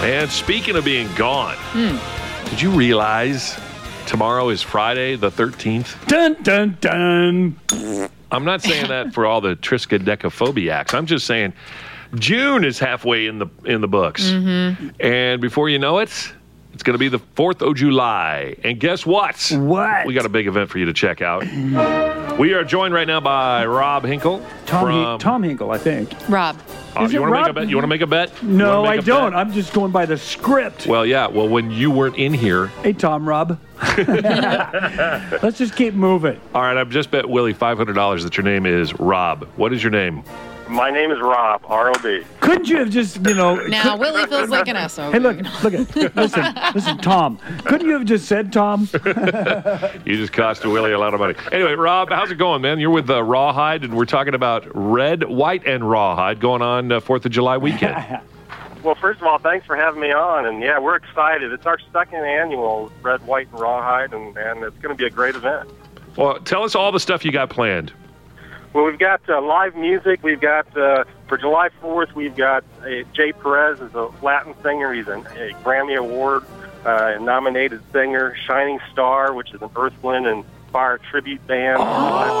man. Speaking of being gone, did you realize tomorrow is Friday the 13th? Dun dun dun. I'm not saying that for all the triskaidekaphobia I'm just saying June is halfway in the in the books, and before you know it, it's going to be the Fourth of July. And guess what? What? We got a big event for you to check out. We are joined right now by Rob Hinkle. Tom, Hin- from, Tom Hinkle, I think. Rob. Uh, is you it want to make a Rob? bet? You want to make a bet? You No, wanna make I a bet? don't. I'm just going by the script. Well, yeah. Well, when you weren't in here, Hey, Tom, Rob. Let's just keep moving. all right. I've just bet Willie five hundred dollars that your name is Rob. What is your name? My name is Rob, R-O-B. Couldn't you have just, you know? Now could- Willie feels like an asshole. hey, look, look at, listen, listen, Tom. Couldn't you have just said Tom? You just cost Willie a lot of money. Anyway, Rob, how's it going, man? You're with uh, Rawhide, and we're talking about red, white, and Rawhide going on uh, Fourth of July weekend. Well, first of all, thanks for having me on, and yeah, we're excited. It's our second annual Red, White, and Rawhide, and, and it's going to be a great event. well, tell us all the stuff you got planned. Well, we've got uh, live music. We've got uh, for July 4th. We've got uh, Jay Perez is a Latin singer. He's an, a Grammy Award uh, nominated singer. Shining Star, which is an Earth, Wind, and Fire tribute band.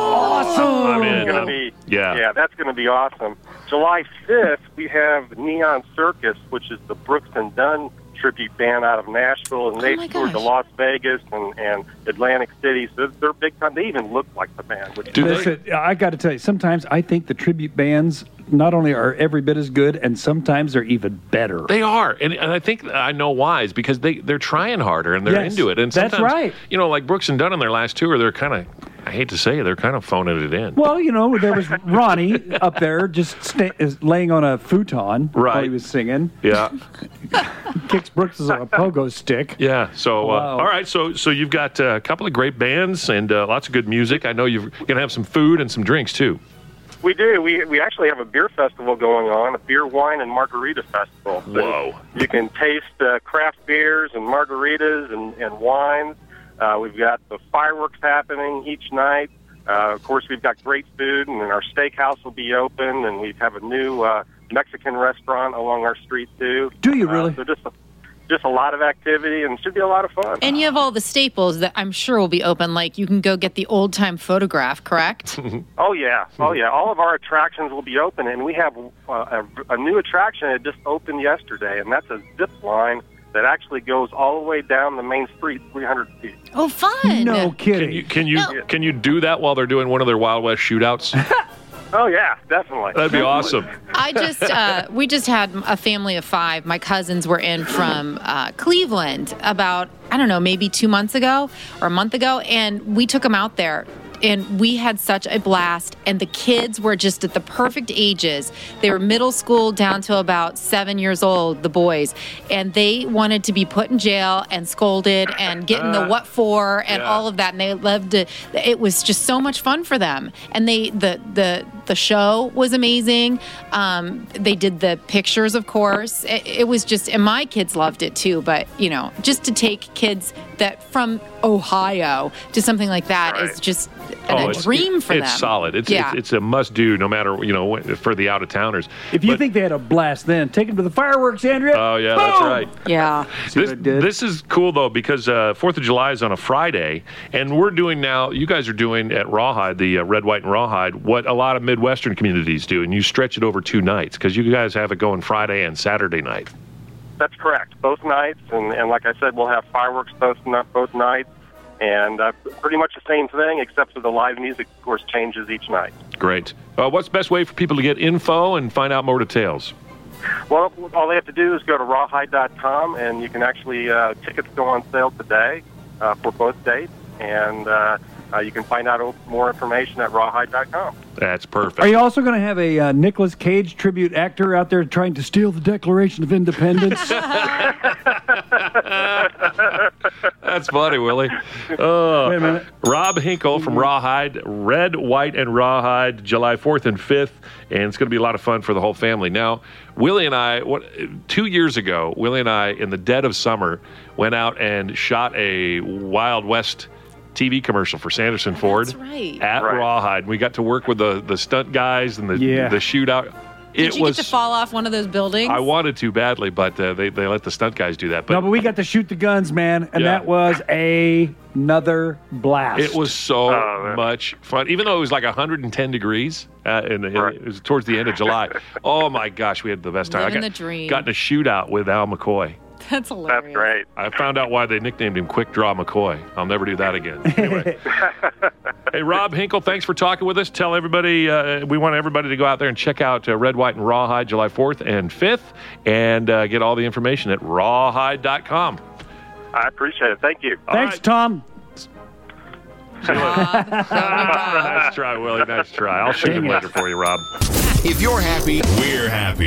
I'm awesome. in. um, That's Oh, gonna be Yeah. yeah, that's gonna be awesome. July fifth, we have Neon Circus, which is the Brooks and Dunn tribute band out of Nashville, and they Oh my toured to gosh. Las Vegas and, and Atlantic City. So they're big time. They even look like the band, which Do they? Listen, I got to tell you, sometimes I think the tribute bands not only are every bit as good, and sometimes they're even better. They are, and, and I think I know why is because they they're trying harder and they're Yes, into it. And that's sometimes, right. You know, like Brooks and Dunn on their last tour, they're kind of. I hate to say it, they're kind of phoning it in. Well, you know, there was Ronnie up there just sta- is laying on a futon while Right. he was singing. Yeah, Kicks Brooks is on a pogo stick. yeah. So, uh, Wow. all right. So, so you've got uh, a couple of great bands and uh, lots of good music. I know you're gonna have some food and some drinks too. we do. We we actually have a beer festival going on, a beer, wine, and margarita festival. So Whoa. You can taste uh, craft beers and margaritas and, and wines. Uh, we've got the fireworks happening each night. Uh, of course, we've got great food, and our steakhouse will be open, and we have a new uh, Mexican restaurant along our street too. Do you Uh, really? so just a, just a lot of activity, and it should be a lot of fun. And you have all the staples that I'm sure will be open. Like you can go get the old time photograph, correct? Oh yeah, Hmm. oh yeah. All of our attractions will be open, and we have uh, a, a new attraction that just opened yesterday, and that's a zip line that actually goes all the way down the main street, 300 feet. oh, fun. No Can kidding. you can you No. can you do that while they're doing one of their Wild West shootouts? Oh yeah, definitely. That'd be awesome. I just uh, we just had a family of five. My cousins were in from uh, Cleveland about I don't know maybe two months ago or a month ago, and we took them out there. And we had such a blast, and the kids were just at the perfect ages. They were middle school down to about seven years old, the boys, and they wanted to be put in jail and scolded and get in the what for and Ah. Yeah. all of that. And they loved it. It was just so much fun for them. And they the the the show was amazing. Um, they did the pictures, of course. It, it was just, and my kids loved it too. But you know, just to take kids that from Ohio to something like that is Right. just Oh, a it's- dream for it's them. solid. It's, yeah. it's it's a must do no matter you know when- for the out of towners. if you think they had a blast then, take them to the fireworks, Andrea. Oh yeah, that's Boom! right. yeah. See what This, I did? this is cool though because uh, Fourth of July is on a Friday, and we're doing now. You guys are doing at Rawhide the uh, Red, White, and Rawhide what a lot of Midwestern communities do, and you stretch it over two nights because you guys have it going Friday and Saturday night. That's correct. Both nights, and, and like I said, we'll have fireworks both ni- both nights, and uh, pretty much the same thing, except for the live music, of course, changes each night. Great. Uh, what's the best way for people to get info and find out more details? Well, all they have to do is go to rawhide.com, and you can actually uh, tickets go on sale today uh, for both dates, and uh, uh, you can find out more information at rawhide.com. That's perfect. Are you also going to have a uh, Nicolas Cage tribute actor out there trying to steal the Declaration of Independence? That's funny, Willie. Uh, Wait a minute. Rob Hinkle from Rawhide, Red, White, and Rawhide, July 4th and 5th, and it's going to be a lot of fun for the whole family. Now, Willie and I, what, two years ago, Willie and I, in the dead of summer, went out and shot a Wild West TV commercial for Sanderson Ford That's right. at Right. Rawhide. We got to work with the, the stunt guys and the, Yeah. the shootout. Did it you was. get to fall off one of those buildings? I wanted to badly, but uh, they they let the stunt guys do that. But, No, but we got to shoot the guns, man, and Yeah. that was a- another blast. it was so Oh, man. much fun, even though it was like 110 degrees, uh, and it- Right. it was towards the end of July. oh my gosh, we had the best time. Living I got, the dream. Got in a shootout with Al McCoy. That's hilarious. That's great. I found out why they nicknamed him Quick Draw McCoy. I'll never do that again. Anyway. hey, Rob Hinkle, thanks for talking with us. Tell everybody, uh, we want everybody to go out there and check out uh, Red, White, and Rawhide July 4th and 5th and uh, get all the information at rawhide.com. I appreciate it. Thank you. Thanks, Tom. Rob. nice try, Willie. Nice try. I'll shoot Dang him it. later for you, Rob. If you're happy, we're happy.